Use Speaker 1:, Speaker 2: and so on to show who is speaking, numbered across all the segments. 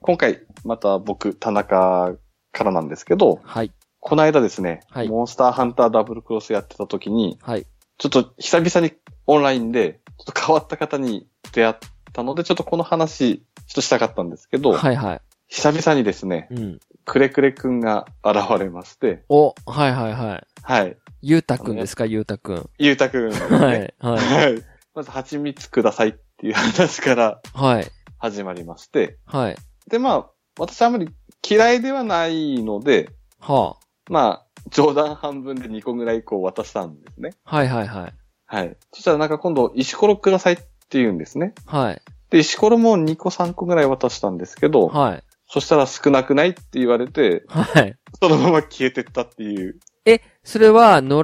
Speaker 1: 今回、また僕、田中からなんですけど、
Speaker 2: はい。
Speaker 1: この間ですね、
Speaker 2: はい
Speaker 1: モンスターハンターダブルクロスやってた時に、
Speaker 2: はい。
Speaker 1: ちょっと久々にオンラインで、ちょっと変わった方に出会ったので、ちょっとこの話、ちょっとしたかったんですけど、
Speaker 2: はいはい。
Speaker 1: 久々にですね、
Speaker 2: うん。
Speaker 1: くれくれくんが現れまして、
Speaker 2: お、はいはいはい。
Speaker 1: はい。
Speaker 2: ゆうたくんですか、ゆうたくん。
Speaker 1: ゆうたく ん、ね。
Speaker 2: は。い。はい。
Speaker 1: はい。まず、蜂蜜くださいっていう話から
Speaker 2: はい。
Speaker 1: 始まりまして、
Speaker 2: はい。
Speaker 1: で、まあ、私あまり嫌いではないので、
Speaker 2: は
Speaker 1: まあ、冗談半分で2個ぐらいこう渡したんですね。
Speaker 2: あ。はいはいはい。
Speaker 1: はい。そしたらなんか今度、石ころくださいって言うんですね。
Speaker 2: はい。
Speaker 1: で、石ころも2個3個ぐらい渡したんですけど、
Speaker 2: はい。
Speaker 1: そしたら少なくないって言われて、
Speaker 2: はい。
Speaker 1: そのまま消えてったっていう、
Speaker 2: え、それは、野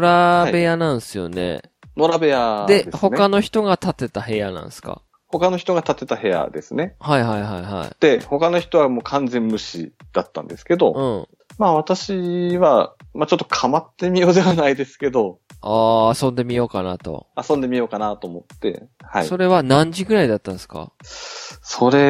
Speaker 2: 良部屋なんですよね。
Speaker 1: 野良部屋で
Speaker 2: で、
Speaker 1: すね。
Speaker 2: 他の人が建てた部屋なんですか
Speaker 1: 他の人が建てた部屋ですね。
Speaker 2: はいはいはいはい。
Speaker 1: で、他の人はもう完全無視だったんですけど、
Speaker 2: うん。
Speaker 1: まあ私は、まあちょっと構ってみようではないですけど、
Speaker 2: ああ、遊んでみようかなと。
Speaker 1: 遊んでみようかなと思って、はい。
Speaker 2: そ
Speaker 1: それ
Speaker 2: れは何時ぐらいだったんですか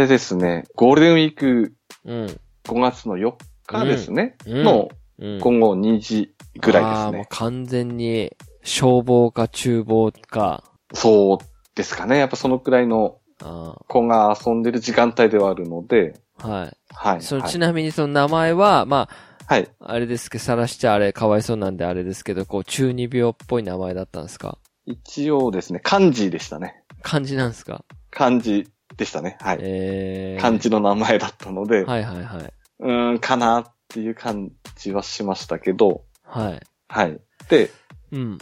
Speaker 1: ですね、ゴールデンウィーク
Speaker 2: うん。
Speaker 1: 5月の4日ですね、
Speaker 2: うん。
Speaker 1: の
Speaker 2: うん、
Speaker 1: 午後2時ぐら
Speaker 2: あ
Speaker 1: い
Speaker 2: ー
Speaker 1: で
Speaker 2: もう
Speaker 1: すね。
Speaker 2: 完全に、消防か厨房か。
Speaker 1: そうですかね。やっぱそのくらいの
Speaker 2: あ
Speaker 1: 子が遊んでる時間帯ではあるので、
Speaker 2: ーはい。
Speaker 1: はい。
Speaker 2: その、
Speaker 1: はい
Speaker 2: ちなみにその名前は、ま
Speaker 1: はい。
Speaker 2: あ、あれですけど、さらしちゃあれ、かわいそうなんであれですけど、こう、中二病っぽい名前だったんですか
Speaker 1: 一応ですね、漢字でしたね。
Speaker 2: 漢字なんですか
Speaker 1: 漢字でしたね。はい。
Speaker 2: えー。
Speaker 1: 漢字の名前だったので、
Speaker 2: はいはいはい。
Speaker 1: うーん、かなっていう感じはしましたけど、
Speaker 2: はい。
Speaker 1: はい。で、
Speaker 2: うん。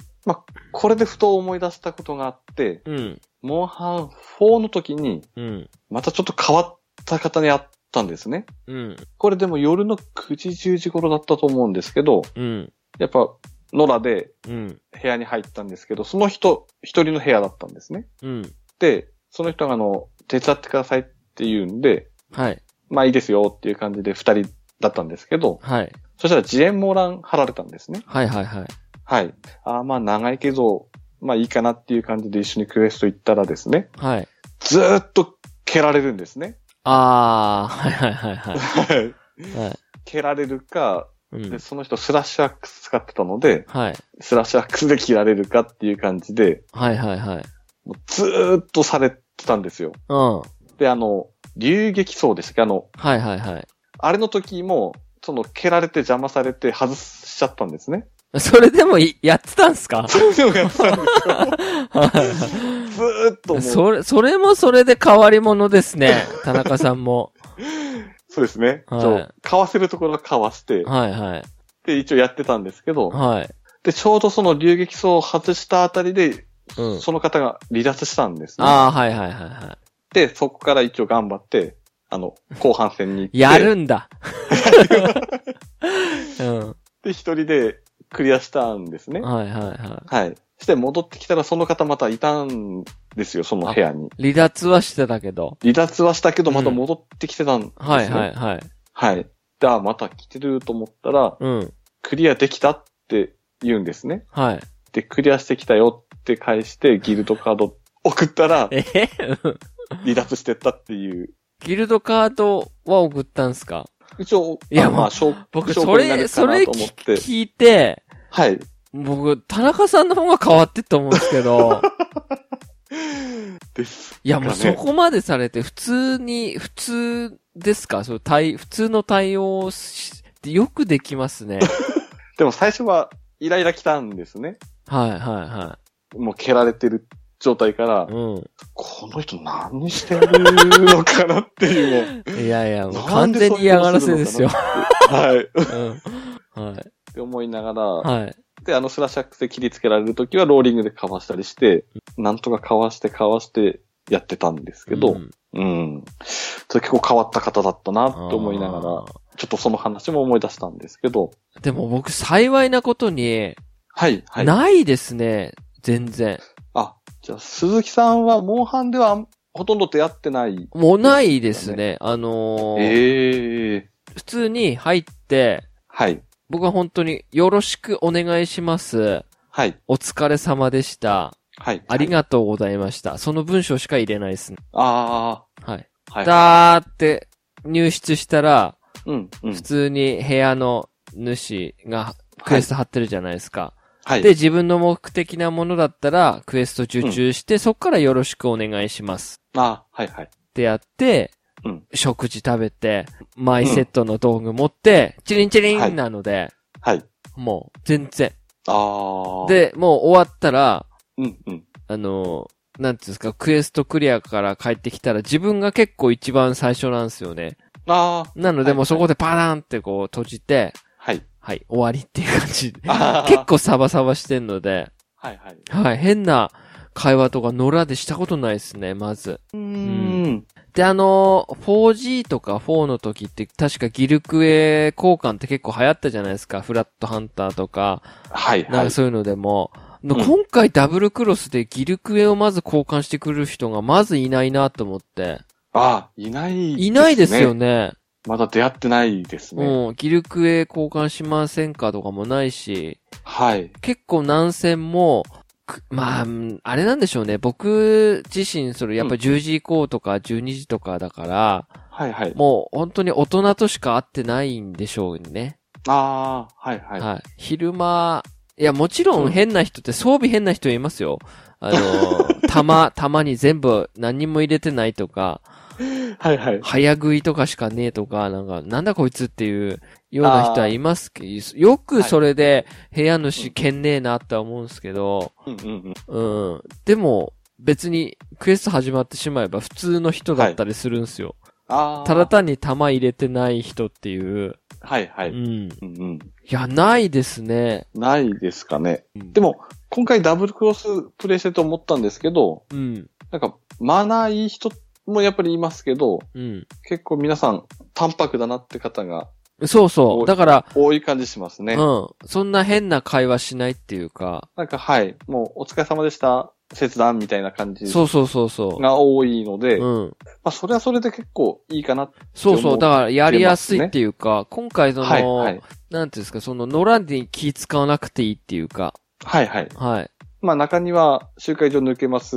Speaker 1: これでふと思い出したことがあって、
Speaker 2: うん。
Speaker 1: モンハン4の時に、
Speaker 2: うん。
Speaker 1: またちょっと変わった方に会ったんですね。
Speaker 2: うん。
Speaker 1: これでも夜の9時10時頃だったと思うんですけど、
Speaker 2: うん。
Speaker 1: やっぱ、野良で
Speaker 2: うん。
Speaker 1: 部屋に入ったんですけど、その人、一人の部屋だったんですね。
Speaker 2: うん。
Speaker 1: で、その人があの、手伝ってくださいって言うんで、
Speaker 2: はい。
Speaker 1: まあいいですよっていう感じで二人だったんですけど、
Speaker 2: はい。
Speaker 1: そしたら自演モーラン貼られたんですね。
Speaker 2: はいはいはい。
Speaker 1: はい。ああ、まあ長いけど、まあいいかなっていう感じで一緒にクエスト行ったらですね、
Speaker 2: はい。
Speaker 1: ずーっと蹴られるんですね。
Speaker 2: あー、はいはいはいはい。
Speaker 1: はい
Speaker 2: はい。
Speaker 1: 蹴られるか、
Speaker 2: うん
Speaker 1: で、その人スラッシュアックス使ってたので、
Speaker 2: はい。
Speaker 1: スラッシュアックスで切られるかっていう感じで、
Speaker 2: はいはいはい。
Speaker 1: もうずーっとされてたんですよ。
Speaker 2: うん。は
Speaker 1: で、あの、流撃層でしたっけあの、
Speaker 2: いはいはい。
Speaker 1: あれの時も、その、蹴られて邪魔されて外しちゃったんですね。
Speaker 2: それでもい、やってたんすか
Speaker 1: そういうのがやってたんですよ。
Speaker 2: は
Speaker 1: ずーっとも
Speaker 2: い。
Speaker 1: う。
Speaker 2: それ、それもそれで変わり者です ね。田中さんも。
Speaker 1: そうですね。
Speaker 2: はい
Speaker 1: そうかわせるところはかわして、
Speaker 2: はいはい。
Speaker 1: で、一応やってたんですけど、
Speaker 2: はい。
Speaker 1: で、ちょうどその流撃層を外したあたりで、
Speaker 2: うん。
Speaker 1: その方が離脱したんですね。
Speaker 2: あー、はいはいはいは
Speaker 1: で、そこから一応頑張って、あの、後半戦に行っ
Speaker 2: い。
Speaker 1: て。
Speaker 2: やるん だ。うん。
Speaker 1: で、一人でクリアしたんですね。
Speaker 2: はいはいは
Speaker 1: はい。して戻ってきたらその方またいたんですよ、その部屋に。
Speaker 2: い。離脱はしてたけど。
Speaker 1: 離脱はしたけどまた戻ってきてたんですよ、
Speaker 2: はいはい。はい。
Speaker 1: はい。で、あ、また来てると思ったら、
Speaker 2: うん。
Speaker 1: クリアできたって言うんですね。
Speaker 2: はい。
Speaker 1: で、クリアしてきたよって返して、ギルドカード送ったら、
Speaker 2: えへうん
Speaker 1: 離脱してったっていう。
Speaker 2: ギルドカードは送ったんすか
Speaker 1: 一応、
Speaker 2: いや
Speaker 1: あま
Speaker 2: も
Speaker 1: あ、証
Speaker 2: 僕、
Speaker 1: 証
Speaker 2: そ
Speaker 1: 拠になるか
Speaker 2: れ、そ
Speaker 1: な
Speaker 2: れ
Speaker 1: と思って。
Speaker 2: 聞いて、
Speaker 1: はい。
Speaker 2: 僕、田中さんの方が変わってったと思うんですけど、
Speaker 1: です。
Speaker 2: いやもう
Speaker 1: だから
Speaker 2: そ
Speaker 1: ね
Speaker 2: こまでされて、普通に、普通ですかそう、対、普通の対応をしよくできます ね。
Speaker 1: でも最初は、イライラ来たんですね。
Speaker 2: はいはいは
Speaker 1: もう蹴られてる状態から、
Speaker 2: い。う
Speaker 1: この人何してるのかなっていうも う。
Speaker 2: ん。いやいや、もう
Speaker 1: な
Speaker 2: 完
Speaker 1: んで
Speaker 2: 全
Speaker 1: そう
Speaker 2: に
Speaker 1: いう
Speaker 2: 嫌
Speaker 1: こ
Speaker 2: が
Speaker 1: と
Speaker 2: ら
Speaker 1: す
Speaker 2: せ
Speaker 1: るの
Speaker 2: で
Speaker 1: か
Speaker 2: すよ。
Speaker 1: なって。はい。っ
Speaker 2: うん。はい。
Speaker 1: て思いながら、
Speaker 2: はい。
Speaker 1: で、あのスラッシャックスで切りつけられるときはローリングでかわしたりして、なんとかかわしてかわしてやってたんです けど、
Speaker 2: う
Speaker 1: うんん。それ結構変わった方だったなって思いながら、
Speaker 2: あ
Speaker 1: ちょっとその話も思い出したんですけど、
Speaker 2: ーでも僕、幸いなことに、
Speaker 1: はい、はい。
Speaker 2: ないですね。全然。
Speaker 1: あ、じゃあ鈴木さんはモンハンではあんほとんど出会ってない。
Speaker 2: もうないですね。あのー
Speaker 1: ええ
Speaker 2: 普通に入って、
Speaker 1: はい、
Speaker 2: 僕は本当によろしくお願いします。
Speaker 1: はい、
Speaker 2: お疲れ様でした。
Speaker 1: はい。
Speaker 2: あり
Speaker 1: とう。
Speaker 2: がとうございました。その文章しか入れないですね。
Speaker 1: あ
Speaker 2: はい。
Speaker 1: あ、はい。
Speaker 2: だーって入室したら、
Speaker 1: うん、うん
Speaker 2: 普。通に部屋の主がクエスト貼ってるじゃないですか。
Speaker 1: はい。
Speaker 2: で、自分の目的なものだったら、クエスト受注して、そっからよろしくお願いします
Speaker 1: あはいはい。
Speaker 2: ってやって、
Speaker 1: うん
Speaker 2: 食事食べて、マイセットの道具持って、チリンチリンなので、
Speaker 1: はい。
Speaker 2: もう、全然。
Speaker 1: ああ。、
Speaker 2: で、もう終わったら、
Speaker 1: うん、うん。
Speaker 2: あの、なんていうんですか、クエストクリアから帰ってきたら、自分が結構一番最初なんですよね。
Speaker 1: ああ、
Speaker 2: なの
Speaker 1: は
Speaker 2: で、
Speaker 1: い
Speaker 2: もうそこでパランってこう閉じて、
Speaker 1: はい。
Speaker 2: はい、終わりっていう感じ。
Speaker 1: あー
Speaker 2: 結構サバサバしてんので、
Speaker 1: はい、はい。
Speaker 2: はい、変な会話とか野良でしたことないですね、まず。
Speaker 1: うーん。
Speaker 2: で、あの、4G とか4の時って、確かギルクエ交換って結構流行ったじゃないですか。フラットハンターとか、
Speaker 1: はい、
Speaker 2: な
Speaker 1: は
Speaker 2: ん
Speaker 1: い
Speaker 2: か。そういうのでも。の
Speaker 1: うん
Speaker 2: 今回ダブルクロスでギルクエをまず交換してくる人がまずいないなと思って。
Speaker 1: ああ、いない、
Speaker 2: いないですよ。ね。
Speaker 1: まだ出会ってないですね。
Speaker 2: うん。ギルクエ交換しませんかとかもないし、
Speaker 1: はい。
Speaker 2: 結構南線も、くまあ、うんあれなんでしょうね。僕自身、それやっぱ10時以降とか12時とかだから、
Speaker 1: はい、はい。
Speaker 2: もう本当に大人としか会ってないんでしょうね。
Speaker 1: ああ、はい、
Speaker 2: はい。
Speaker 1: はい。
Speaker 2: 昼間、いや、もちろ
Speaker 1: うん
Speaker 2: ん変な人って、装備変な人いますよ。あの、弾、弾に全部何にも入れてないとか、
Speaker 1: はい、はい。
Speaker 2: 早食いとかしかねえとか、なんか、なんだこいつっていうような人はいますけど、よくそれで部屋主けんねえなって思うんですけど、
Speaker 1: うん、うん、うん。
Speaker 2: うん。でも、別にクエスト始まってしまえば普通の人だったりするんですよ。
Speaker 1: ああ。
Speaker 2: ただ、単に弾入れてない人っていう。
Speaker 1: はい、は
Speaker 2: う
Speaker 1: い。
Speaker 2: ん。
Speaker 1: うん、うん。
Speaker 2: いや、ないですね。
Speaker 1: ないですかね。で
Speaker 2: でも、
Speaker 1: も、今回ダブルクロスプレイしてと思ったんですけど、
Speaker 2: うん、
Speaker 1: なんか、マナーいい人もやっぱりいますけど、
Speaker 2: うん。
Speaker 1: 結構皆さん、淡白だなって方が
Speaker 2: そうそ
Speaker 1: お
Speaker 2: う。だから、
Speaker 1: 多い感じしますね。
Speaker 2: うん。そんな変な会話しないっていうか、
Speaker 1: なんか、はい。もう、お疲れ様でした。切断みたいな感じ
Speaker 2: そうそうそうそ
Speaker 1: が多いので、
Speaker 2: う。
Speaker 1: ま
Speaker 2: うん。
Speaker 1: あ、それはそれで結構いいかな。
Speaker 2: そうそ
Speaker 1: 思
Speaker 2: う。
Speaker 1: う
Speaker 2: だから、やりやすいっていうか、今回その、
Speaker 1: はい、はい。
Speaker 2: なんていうんですか、その、野良に気使わなくていいっていうか、
Speaker 1: はい、はい。
Speaker 2: はい。
Speaker 1: まあ、中には、集会所抜けます。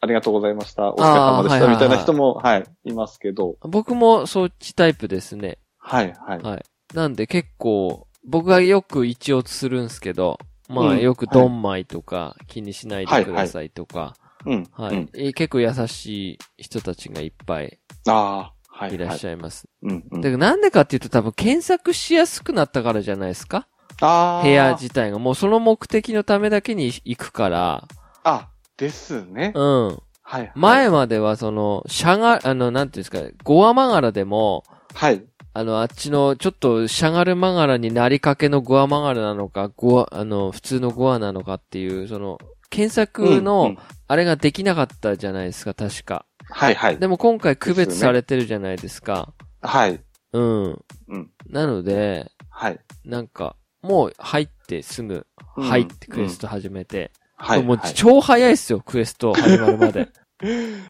Speaker 1: ありがとうございました。お疲れ様でし
Speaker 2: あー
Speaker 1: た。
Speaker 2: はいはいはい
Speaker 1: みたいな人も、はい、いますけど、
Speaker 2: 僕もそっちタイプですね。
Speaker 1: はい、はい。
Speaker 2: はい。なんで結構、僕がよく一応するんですけど、まあ、
Speaker 1: うん
Speaker 2: よくドンマイとか、気にしないでくださいとか、
Speaker 1: うん。
Speaker 2: はい、
Speaker 1: うん、
Speaker 2: え結構優しい人たちがいっぱい
Speaker 1: ああ、はい、はい。
Speaker 2: いらっしゃいます。
Speaker 1: うん、うん。
Speaker 2: だからなんでかっていうと多分検索しやすくなったからじゃないですか
Speaker 1: ああ。
Speaker 2: 部屋自体がもうその目的のためだけに行くから、
Speaker 1: あ、ですね。
Speaker 2: うん。
Speaker 1: はい、はい。
Speaker 2: 前まではその、しゃが、あの、なんていうんですか、ゴアマガラでも、
Speaker 1: はい。
Speaker 2: あの、あっちの、ちょっと、しゃがるマガラになりかけのゴアマガラなのか、ゴア、あの、普通のゴアなのかっていう、その、検索
Speaker 1: うんう
Speaker 2: の
Speaker 1: ん、
Speaker 2: あれができなかったじゃないですか、確か。
Speaker 1: はい、はい。
Speaker 2: でも今回区
Speaker 1: で
Speaker 2: 別
Speaker 1: すよね
Speaker 2: されてるじゃないですか。
Speaker 1: はい。
Speaker 2: うん。
Speaker 1: うん。
Speaker 2: なので、
Speaker 1: はい。
Speaker 2: なんか、もう入ってすぐ、
Speaker 1: うん
Speaker 2: 入ってクエスト始めて。
Speaker 1: はい。
Speaker 2: もう
Speaker 1: はい
Speaker 2: 超早いっすよ、クエスト始ま るまで。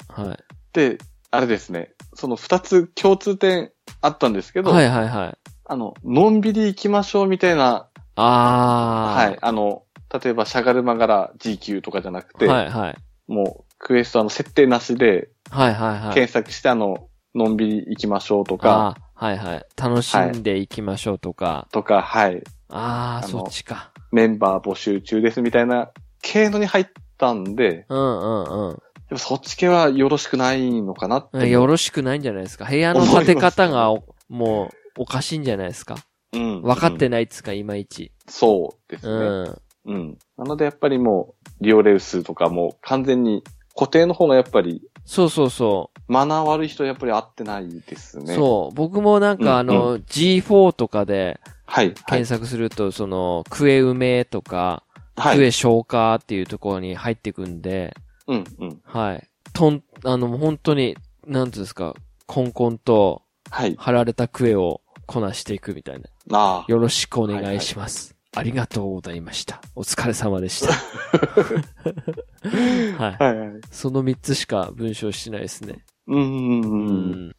Speaker 2: は
Speaker 1: で、あれですね。その二つ共通点あったんですけ
Speaker 2: い。
Speaker 1: ど、
Speaker 2: はいはいはい。
Speaker 1: あの、のんびり行きましょうみたいな、
Speaker 2: あー。
Speaker 1: はい。あの、例えば、しゃがるまがら GQ とかじゃなくて、
Speaker 2: はいはい。
Speaker 1: もう、クエストあの、設定なしで、
Speaker 2: はいはいはい。
Speaker 1: 検索して、あの、のんびり行きましょうとか、
Speaker 2: あーはいはい。楽しんでいきましょうとか。
Speaker 1: とか、はい。
Speaker 2: あ
Speaker 1: あ
Speaker 2: ー、
Speaker 1: の
Speaker 2: そっちか。
Speaker 1: メンバー募集中ですみたいな、系のに入ったんで、
Speaker 2: うんうん
Speaker 1: でもそっち系はよろしくないのかなって。
Speaker 2: うん。よろしくないんじゃないですか。部屋の建て方がお、もう、おかしいんじゃないですか。
Speaker 1: うん。
Speaker 2: 分かって
Speaker 1: うん
Speaker 2: ないっつうか、いまいち。
Speaker 1: そうです
Speaker 2: う
Speaker 1: ね。
Speaker 2: ん。
Speaker 1: うん。なのでやっぱりもう、リオレウスとかもう完全に固定の方がやっぱり、
Speaker 2: そうそうそう。
Speaker 1: マナー悪い人はやっぱり合ってないですね。う。
Speaker 2: そう。僕もなんかあ
Speaker 1: う
Speaker 2: の、G4 とかで
Speaker 1: はい。はい
Speaker 2: 検。索すると、その、クエ埋めとか、
Speaker 1: は
Speaker 2: ク
Speaker 1: い。
Speaker 2: エ消化っていうところに入ってくんで、
Speaker 1: うん、うん。
Speaker 2: はい。とん、あの、もう本当に、なんていうんですか、コンコンと
Speaker 1: はい。
Speaker 2: 貼られたクエをこなしていくみたいな。
Speaker 1: ああ。
Speaker 2: よろしくお願いします。ありがとうございました。お疲れ様 でした。はい。
Speaker 1: はいはい。
Speaker 2: その3つしか文章しないですね。
Speaker 1: うん、う、
Speaker 2: うん
Speaker 1: うん。。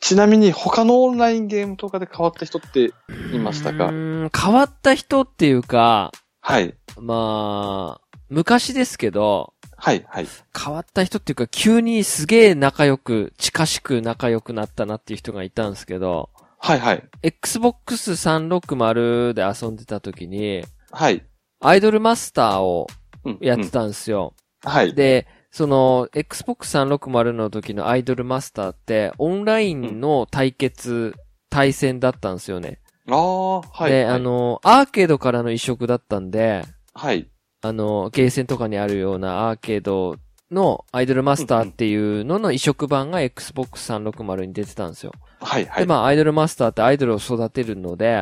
Speaker 1: ちなみに他のオンラインゲームとかで変わった人っていました
Speaker 2: う
Speaker 1: か
Speaker 2: ーん変わった人っていうか、
Speaker 1: はい。
Speaker 2: まあ、昔ですけど、
Speaker 1: はい、はい。
Speaker 2: 変わった人っていうか、急にすげえ仲良く、近しく仲良くなったなっていう人がいたんですけど、
Speaker 1: はい、はい。
Speaker 2: Xbox 360で遊んでた時に、
Speaker 1: はい。
Speaker 2: アイドルマスターを
Speaker 1: うん
Speaker 2: やって
Speaker 1: うん
Speaker 2: たんですよ。
Speaker 1: はい。
Speaker 2: で、その、Xbox 360の時のアイドルマスターって、オンラインの対決、対戦だったんですよね。
Speaker 1: ああ、はい。
Speaker 2: で、
Speaker 1: はい
Speaker 2: あ、の、アーケードからの移植だったんで、
Speaker 1: はい。
Speaker 2: あの、ゲーセンとかにあるようなアーケードのアイドルマスターっていうのの移植版が Xbox 360に出てたんですよ。
Speaker 1: はい、は
Speaker 2: で、
Speaker 1: い。
Speaker 2: まあ、アイドルマスターってアイドルを育てるので、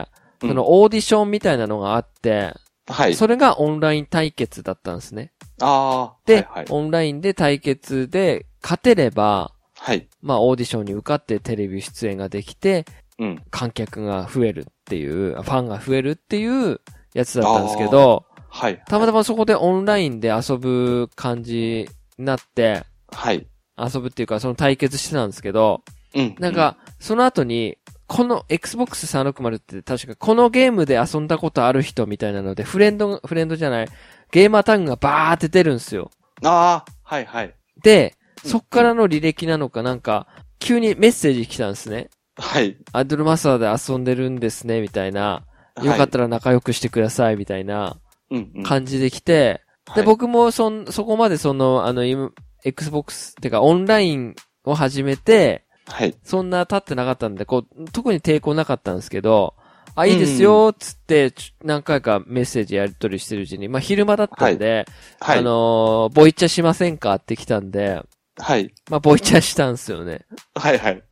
Speaker 1: うん
Speaker 2: そのオーディションみたいなのがあって、
Speaker 1: はい。
Speaker 2: それがオンライン対決だったんですね。
Speaker 1: ああ、
Speaker 2: で、
Speaker 1: はい、はい。
Speaker 2: オンラインで対決で勝てれば、
Speaker 1: はい。
Speaker 2: まあ、オーディションに受かってテレビ出演ができて、
Speaker 1: うん。
Speaker 2: 観客が増えるっていう、ファンが増えるっていうやつだったんですけど、
Speaker 1: はい。
Speaker 2: たまたまそこでオンラインで遊ぶ感じになって、
Speaker 1: はい。
Speaker 2: 遊ぶっていうかその対決してたんですけど、
Speaker 1: うん。
Speaker 2: なんか、その後に、この Xbox 360って確かこのゲームで遊んだことある人みたいなので、フレンド、フレンドじゃない、ゲーマータグがバーって出るんですよ。
Speaker 1: うん、ああ、はい、はい。
Speaker 2: で、そっからの履歴なのかなんか、急にメッセージ来たんですね。
Speaker 1: はい。
Speaker 2: アイドルマスターで遊んでるんですね、みたいな。よかったら仲良くしてください、みたいな
Speaker 1: はい。うん、うん。
Speaker 2: 感じで来て、
Speaker 1: はい
Speaker 2: で、、僕もそん、そこまでその、あの、今 Xbox ってかオンラインを始めて、
Speaker 1: はい。
Speaker 2: そんな経ってなかったんで、こう、特に抵抗なかったんですけど、あ、いいですよ、つって、ちょ何回かメッセージやり取りしてるうちに、まあ、昼間だったんで、
Speaker 1: はい。
Speaker 2: あのーボイチャしませんかって来たんで、
Speaker 1: はい。
Speaker 2: まあ、ボイチャしたんですよね。
Speaker 1: はい、はい。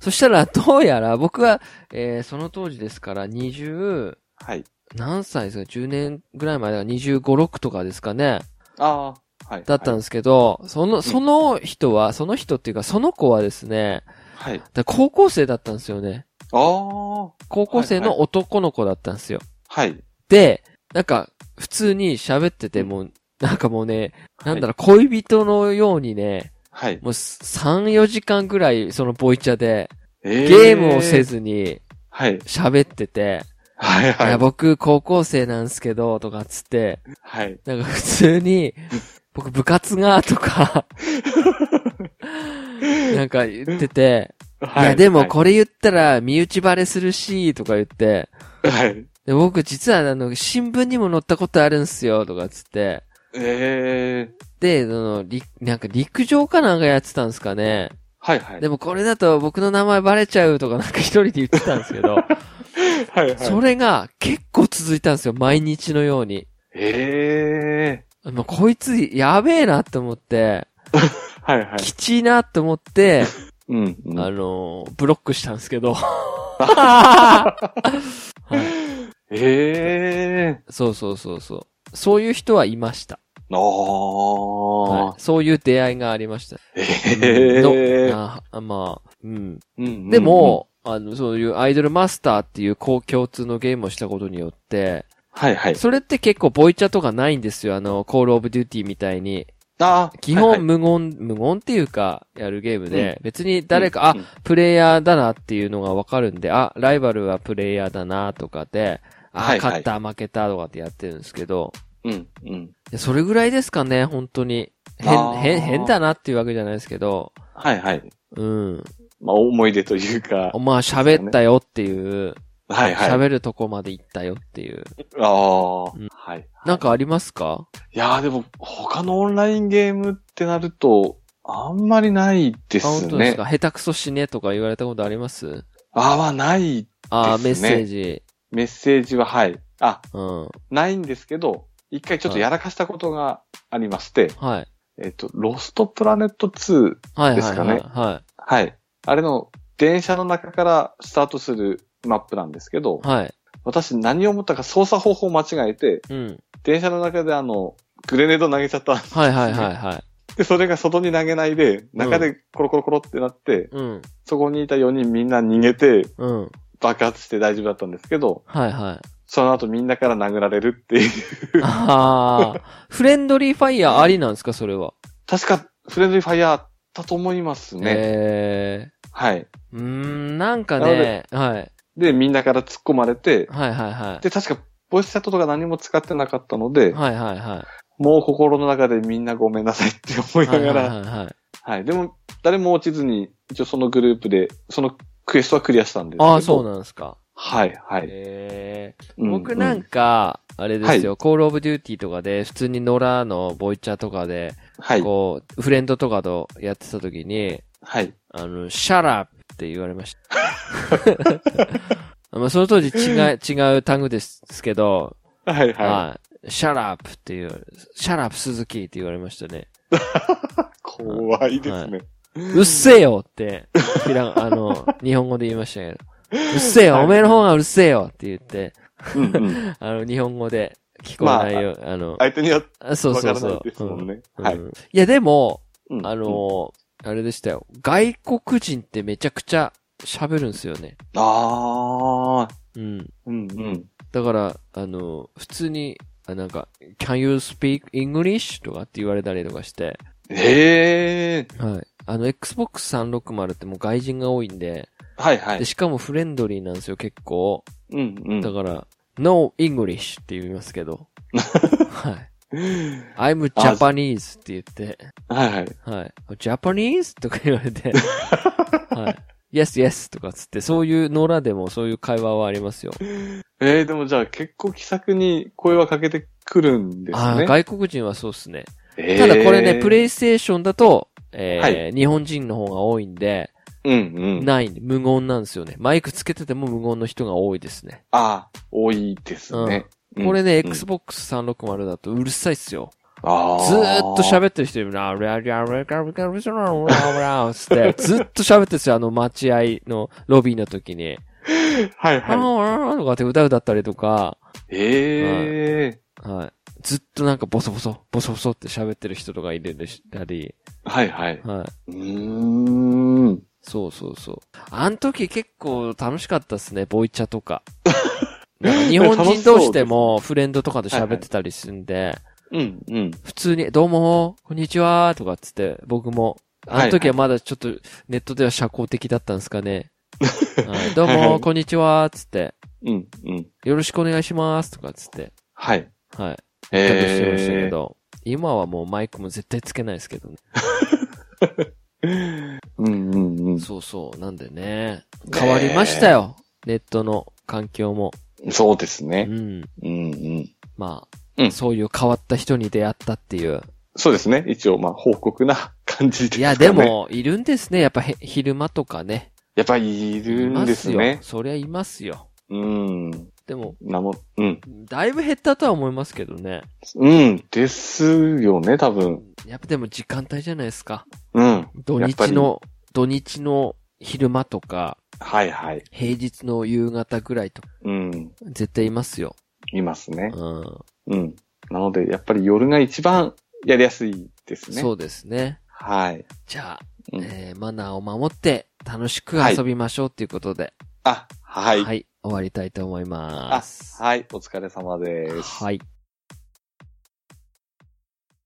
Speaker 2: そしたら、どうやら、僕は、えー、その当時ですから、20、
Speaker 1: はい。
Speaker 2: 何歳ですか ?10 年ぐらい前だから、25、6とかですかね。
Speaker 1: ああ、はい。
Speaker 2: だったん
Speaker 1: で
Speaker 2: ですけど、その、その人は、その人っていうか、その子はですね、
Speaker 1: す。はい。
Speaker 2: だ高校生だったんですよね。
Speaker 1: ああ、
Speaker 2: 高校
Speaker 1: は
Speaker 2: 生
Speaker 1: い
Speaker 2: の男の子だったんですよ。
Speaker 1: はい。
Speaker 2: で、なんか、普通に喋ってて、もう、なんかもうね、なんだろう、恋人のようにね、
Speaker 1: はい。
Speaker 2: もう3、4時間ぐらい、そのボイチャで、
Speaker 1: え
Speaker 2: ゲームをせ。ずに
Speaker 1: はい。
Speaker 2: 喋ってて、
Speaker 1: はい、
Speaker 2: い
Speaker 1: は
Speaker 2: や、
Speaker 1: い。
Speaker 2: 僕、高校生なんすけど、とかっつって、
Speaker 1: はい。
Speaker 2: なんか普通に、僕部活が、とか、なんか言ってて、い
Speaker 1: は
Speaker 2: やでもこれ言ったら身内バレするし、とか言って、
Speaker 1: れ。はい。
Speaker 2: で僕実はあの、新聞にも載ったことあるんすよ、とかっつって、
Speaker 1: ええ、
Speaker 2: で、その、り、なんか陸上かなんかやってたんですかね。
Speaker 1: はい、はい。
Speaker 2: でもこれだと僕の名前バレちゃうとかなんか 一人で言ってたんですけど、
Speaker 1: はい、はい。
Speaker 2: それが結構続いたんですよ、毎日のように。
Speaker 1: ええ、
Speaker 2: もうこいつやべえなって思って、
Speaker 1: はい、はい。
Speaker 2: きちいなって思って、
Speaker 1: うん、うん。
Speaker 2: あのー、ブロックしたんですけど。はい
Speaker 1: ええ、
Speaker 2: そうそうそうそう。そういう人はいました。
Speaker 1: ああ
Speaker 2: は、い、そういう出会いがありました。
Speaker 1: え
Speaker 2: の
Speaker 1: え、
Speaker 2: ああまあ、う
Speaker 1: う
Speaker 2: ん。
Speaker 1: んうんうん
Speaker 2: で、も、あの、そういうアイドルマスターっていうこう共通のゲームをしたことによって、
Speaker 1: はい、はい。
Speaker 2: それって結構ボイチャとかないんですよ。あの、コールオブデューティーみたいに。
Speaker 1: あー
Speaker 2: 基
Speaker 1: はい
Speaker 2: 本無言、無言っていうか、やるゲームで、別に誰か、あ
Speaker 1: うん、
Speaker 2: プレイヤーだなっていうのがわかるんで、あ、ライバルはプレイヤーだなとかで、あ、
Speaker 1: はいはい
Speaker 2: 勝った、負けたとかってやってるんですけど、
Speaker 1: うん、うん。
Speaker 2: いやそれぐらいですかね、本当に。
Speaker 1: あ
Speaker 2: 変、
Speaker 1: ー
Speaker 2: 変、変だなっていうわけじゃないですけど、
Speaker 1: はい、はい。
Speaker 2: うん。
Speaker 1: まあ、思い出というか。
Speaker 2: まあ喋ったよっていう、
Speaker 1: はい、はい。
Speaker 2: 喋るとこまで行ったよっていう。
Speaker 1: ああ、
Speaker 2: うん
Speaker 1: はい。
Speaker 2: なんかありますか
Speaker 1: いやーでも、他のオンラインゲームってなると、あんまりないで
Speaker 2: あ、
Speaker 1: す
Speaker 2: 本当です
Speaker 1: ね。
Speaker 2: か下手くそ死ねとか言われたことあります
Speaker 1: あーまあ、ない。
Speaker 2: ああ、メ
Speaker 1: で
Speaker 2: ッ
Speaker 1: すね
Speaker 2: セージ。
Speaker 1: メッセージは、はい。あ、
Speaker 2: うん。
Speaker 1: ないんですけど、一回ちょっとやらかしたことがありまして、
Speaker 2: はい。
Speaker 1: えっと、ロストプラネット2。
Speaker 2: はいはい
Speaker 1: ですか
Speaker 2: はい。
Speaker 1: ね
Speaker 2: は
Speaker 1: はい。あれの、電車の中からスタートするマップなんですけど
Speaker 2: い。、はい。
Speaker 1: 私何を思ったか操作方法を間違えて、
Speaker 2: うん。
Speaker 1: 電車の中であの、グレネード投げちゃった。
Speaker 2: はいはいはいはい。
Speaker 1: で、それが外に投げないで、中でコロコロコロってなって、
Speaker 2: うん。
Speaker 1: そこにいた4人みんな逃げて
Speaker 2: うん。
Speaker 1: 爆発して大丈夫だったんですけど、
Speaker 2: はいはい。
Speaker 1: その後みんなから殴られるっていう。
Speaker 2: ああ、フレンドリーファイヤーありなんですか、それは。
Speaker 1: 確かフレンドリーファイヤーだったと思いますね。
Speaker 2: え
Speaker 1: はい。
Speaker 2: ー、うーん、なんか
Speaker 1: なの
Speaker 2: ね、はい。
Speaker 1: で、みんなから突っ込まれて、
Speaker 2: はいはいは
Speaker 1: で、確かボイスチャットとか何も使ってなかったので、
Speaker 2: い。はいはいは
Speaker 1: もう心の中でみんなごめんなさいって 思いながら、
Speaker 2: はいはいはいはい。
Speaker 1: はい。でも、誰も落ちずに、一応そのグループで、そのクエストはクリアしたんですけど。
Speaker 2: ああ、そうなんですか。
Speaker 1: はい、はい。
Speaker 2: へえ
Speaker 1: う
Speaker 2: 僕なん
Speaker 1: う
Speaker 2: か、あれですよ、コールオブデューティーとかで、普通に野良のボイチャとかで、
Speaker 1: はい、
Speaker 2: こう、フレンドとかとやってた時に、
Speaker 1: はい。
Speaker 2: あの、シャラって言われました。 まあその当時違う、違う単語ですけど、
Speaker 1: はい、は
Speaker 2: はい。シャラップっていう、シャラップ鈴木って言われましたね。
Speaker 1: い。怖いですね。
Speaker 2: うっせえよって、ひらあの、日本語で言いましたけど。うっせえよ、
Speaker 1: はい
Speaker 2: おめえの方がうっせえよって言って、
Speaker 1: うんうん。
Speaker 2: あの、日本語で聞こえないよ、あ、の、
Speaker 1: 相手にはわ
Speaker 2: あそうそ
Speaker 1: か
Speaker 2: う
Speaker 1: ら
Speaker 2: そ。
Speaker 1: ないうですもんね。
Speaker 2: うん
Speaker 1: はい。
Speaker 2: うんいや、でも、
Speaker 1: うん
Speaker 2: あ
Speaker 1: うん
Speaker 2: の、あれでしたよ。外国人ってめちゃくちゃ喋るんですよね。
Speaker 1: ああ、
Speaker 2: うん。
Speaker 1: うんうん。
Speaker 2: だから、あの、普通に、あなんか、can you speak English? とかって言われたりとかして、
Speaker 1: へえ。
Speaker 2: はい。あの、Xbox 360ってもう外人が多いんで、
Speaker 1: はい、は
Speaker 2: で、
Speaker 1: い。
Speaker 2: しかもフレンドリーなんですよ、結構。
Speaker 1: うんう
Speaker 2: だ
Speaker 1: ん。
Speaker 2: から、no English って言います けど。はい。I'm
Speaker 1: あ
Speaker 2: Japanese って言って、
Speaker 1: はい、はい。
Speaker 2: はい。Japanese? とか言わ れて、はい。Yes, yes とかつって、そういう野良でもそういう会話はありますよ。
Speaker 1: えー、でもじゃあ結構気さくに声はかけてくるんです
Speaker 2: ああ、
Speaker 1: ね。
Speaker 2: 外国人はそうですね。
Speaker 1: えー
Speaker 2: ただこれね、プレイステーションだと、えー
Speaker 1: は
Speaker 2: 日本人の方が多いんで、
Speaker 1: うんうん。
Speaker 2: ない、無言なんですよね。マイクつけてても無言の人が多いですね。
Speaker 1: ああ、多いですね。
Speaker 2: これね、
Speaker 1: うん
Speaker 2: Xbox 360だとうるさいっすよ。
Speaker 1: ああ。
Speaker 2: ずーっと喋ってる人いるな。あらりゃららららららららつって、ずっと喋ってるんですよ。あの、待合のロビーの時に。
Speaker 1: はいは
Speaker 2: あーあーあーとかって歌歌ったりとか、
Speaker 1: い。へえ。
Speaker 2: はい。ずっとなんかボソボソ、ボソボソって喋ってる人とかいるしたり、
Speaker 1: はいはい。
Speaker 2: はい。
Speaker 1: うーん。
Speaker 2: そうそうそう。あの時結構楽しかったですね、ボイチャとか。なんか日本人同士でもフレンドとかと喋ってたりするんで、
Speaker 1: うんうん。
Speaker 2: 普通に、どうも、こんにちは、とかっつって、僕も、あの時はまだちょっとネットでは社交的だったんです かね。はいどう
Speaker 1: はいは
Speaker 2: も、
Speaker 1: い
Speaker 2: こんにちは、つって、
Speaker 1: うんうん。
Speaker 2: よろしくお願いします、とかっつって、
Speaker 1: はい。
Speaker 2: はい。やったりしてましたけ
Speaker 1: え
Speaker 2: ど、今はもうマイクも絶対つけないですけどね。
Speaker 1: え。うんうん
Speaker 2: そうそう、なんでね、変わりましたよ、ネットの環境も。
Speaker 1: うん。そうです
Speaker 2: う
Speaker 1: ね。
Speaker 2: ん。
Speaker 1: うんうん。
Speaker 2: まあ、
Speaker 1: うん
Speaker 2: そういう変わった人に出会ったっ ていう。
Speaker 1: そうですね。一応、まあ、報告な感じですか
Speaker 2: い
Speaker 1: ね。
Speaker 2: や、で。も、いるんですね。やっぱへ、昼間とかね。
Speaker 1: やっぱりいるんです
Speaker 2: います
Speaker 1: ね
Speaker 2: よ。。そりゃいますよ。
Speaker 1: うん。
Speaker 2: でも、
Speaker 1: なの、うん。
Speaker 2: だいぶ減ったとは思いますけどね。
Speaker 1: うん。ですよね、多分。
Speaker 2: やっぱでも時間帯じゃないですか。
Speaker 1: うん。
Speaker 2: 土
Speaker 1: やっぱ
Speaker 2: 日
Speaker 1: り
Speaker 2: の、土日の昼間とか、
Speaker 1: はいはい。
Speaker 2: 平日の夕方ぐらいと、
Speaker 1: うん。
Speaker 2: 絶対いますよ。
Speaker 1: いますね。
Speaker 2: うん。
Speaker 1: うん。なので、やっぱり夜が一番やりやすいですね。。
Speaker 2: そううですね。
Speaker 1: はい。
Speaker 2: じゃあ、
Speaker 1: うん、
Speaker 2: えー、マナーを守って、楽しく遊びましょうっていうことで、
Speaker 1: あ、はい。
Speaker 2: はい、終わりたいと思い
Speaker 1: あ
Speaker 2: ます。、
Speaker 1: はい。お疲れ様です。
Speaker 2: はい。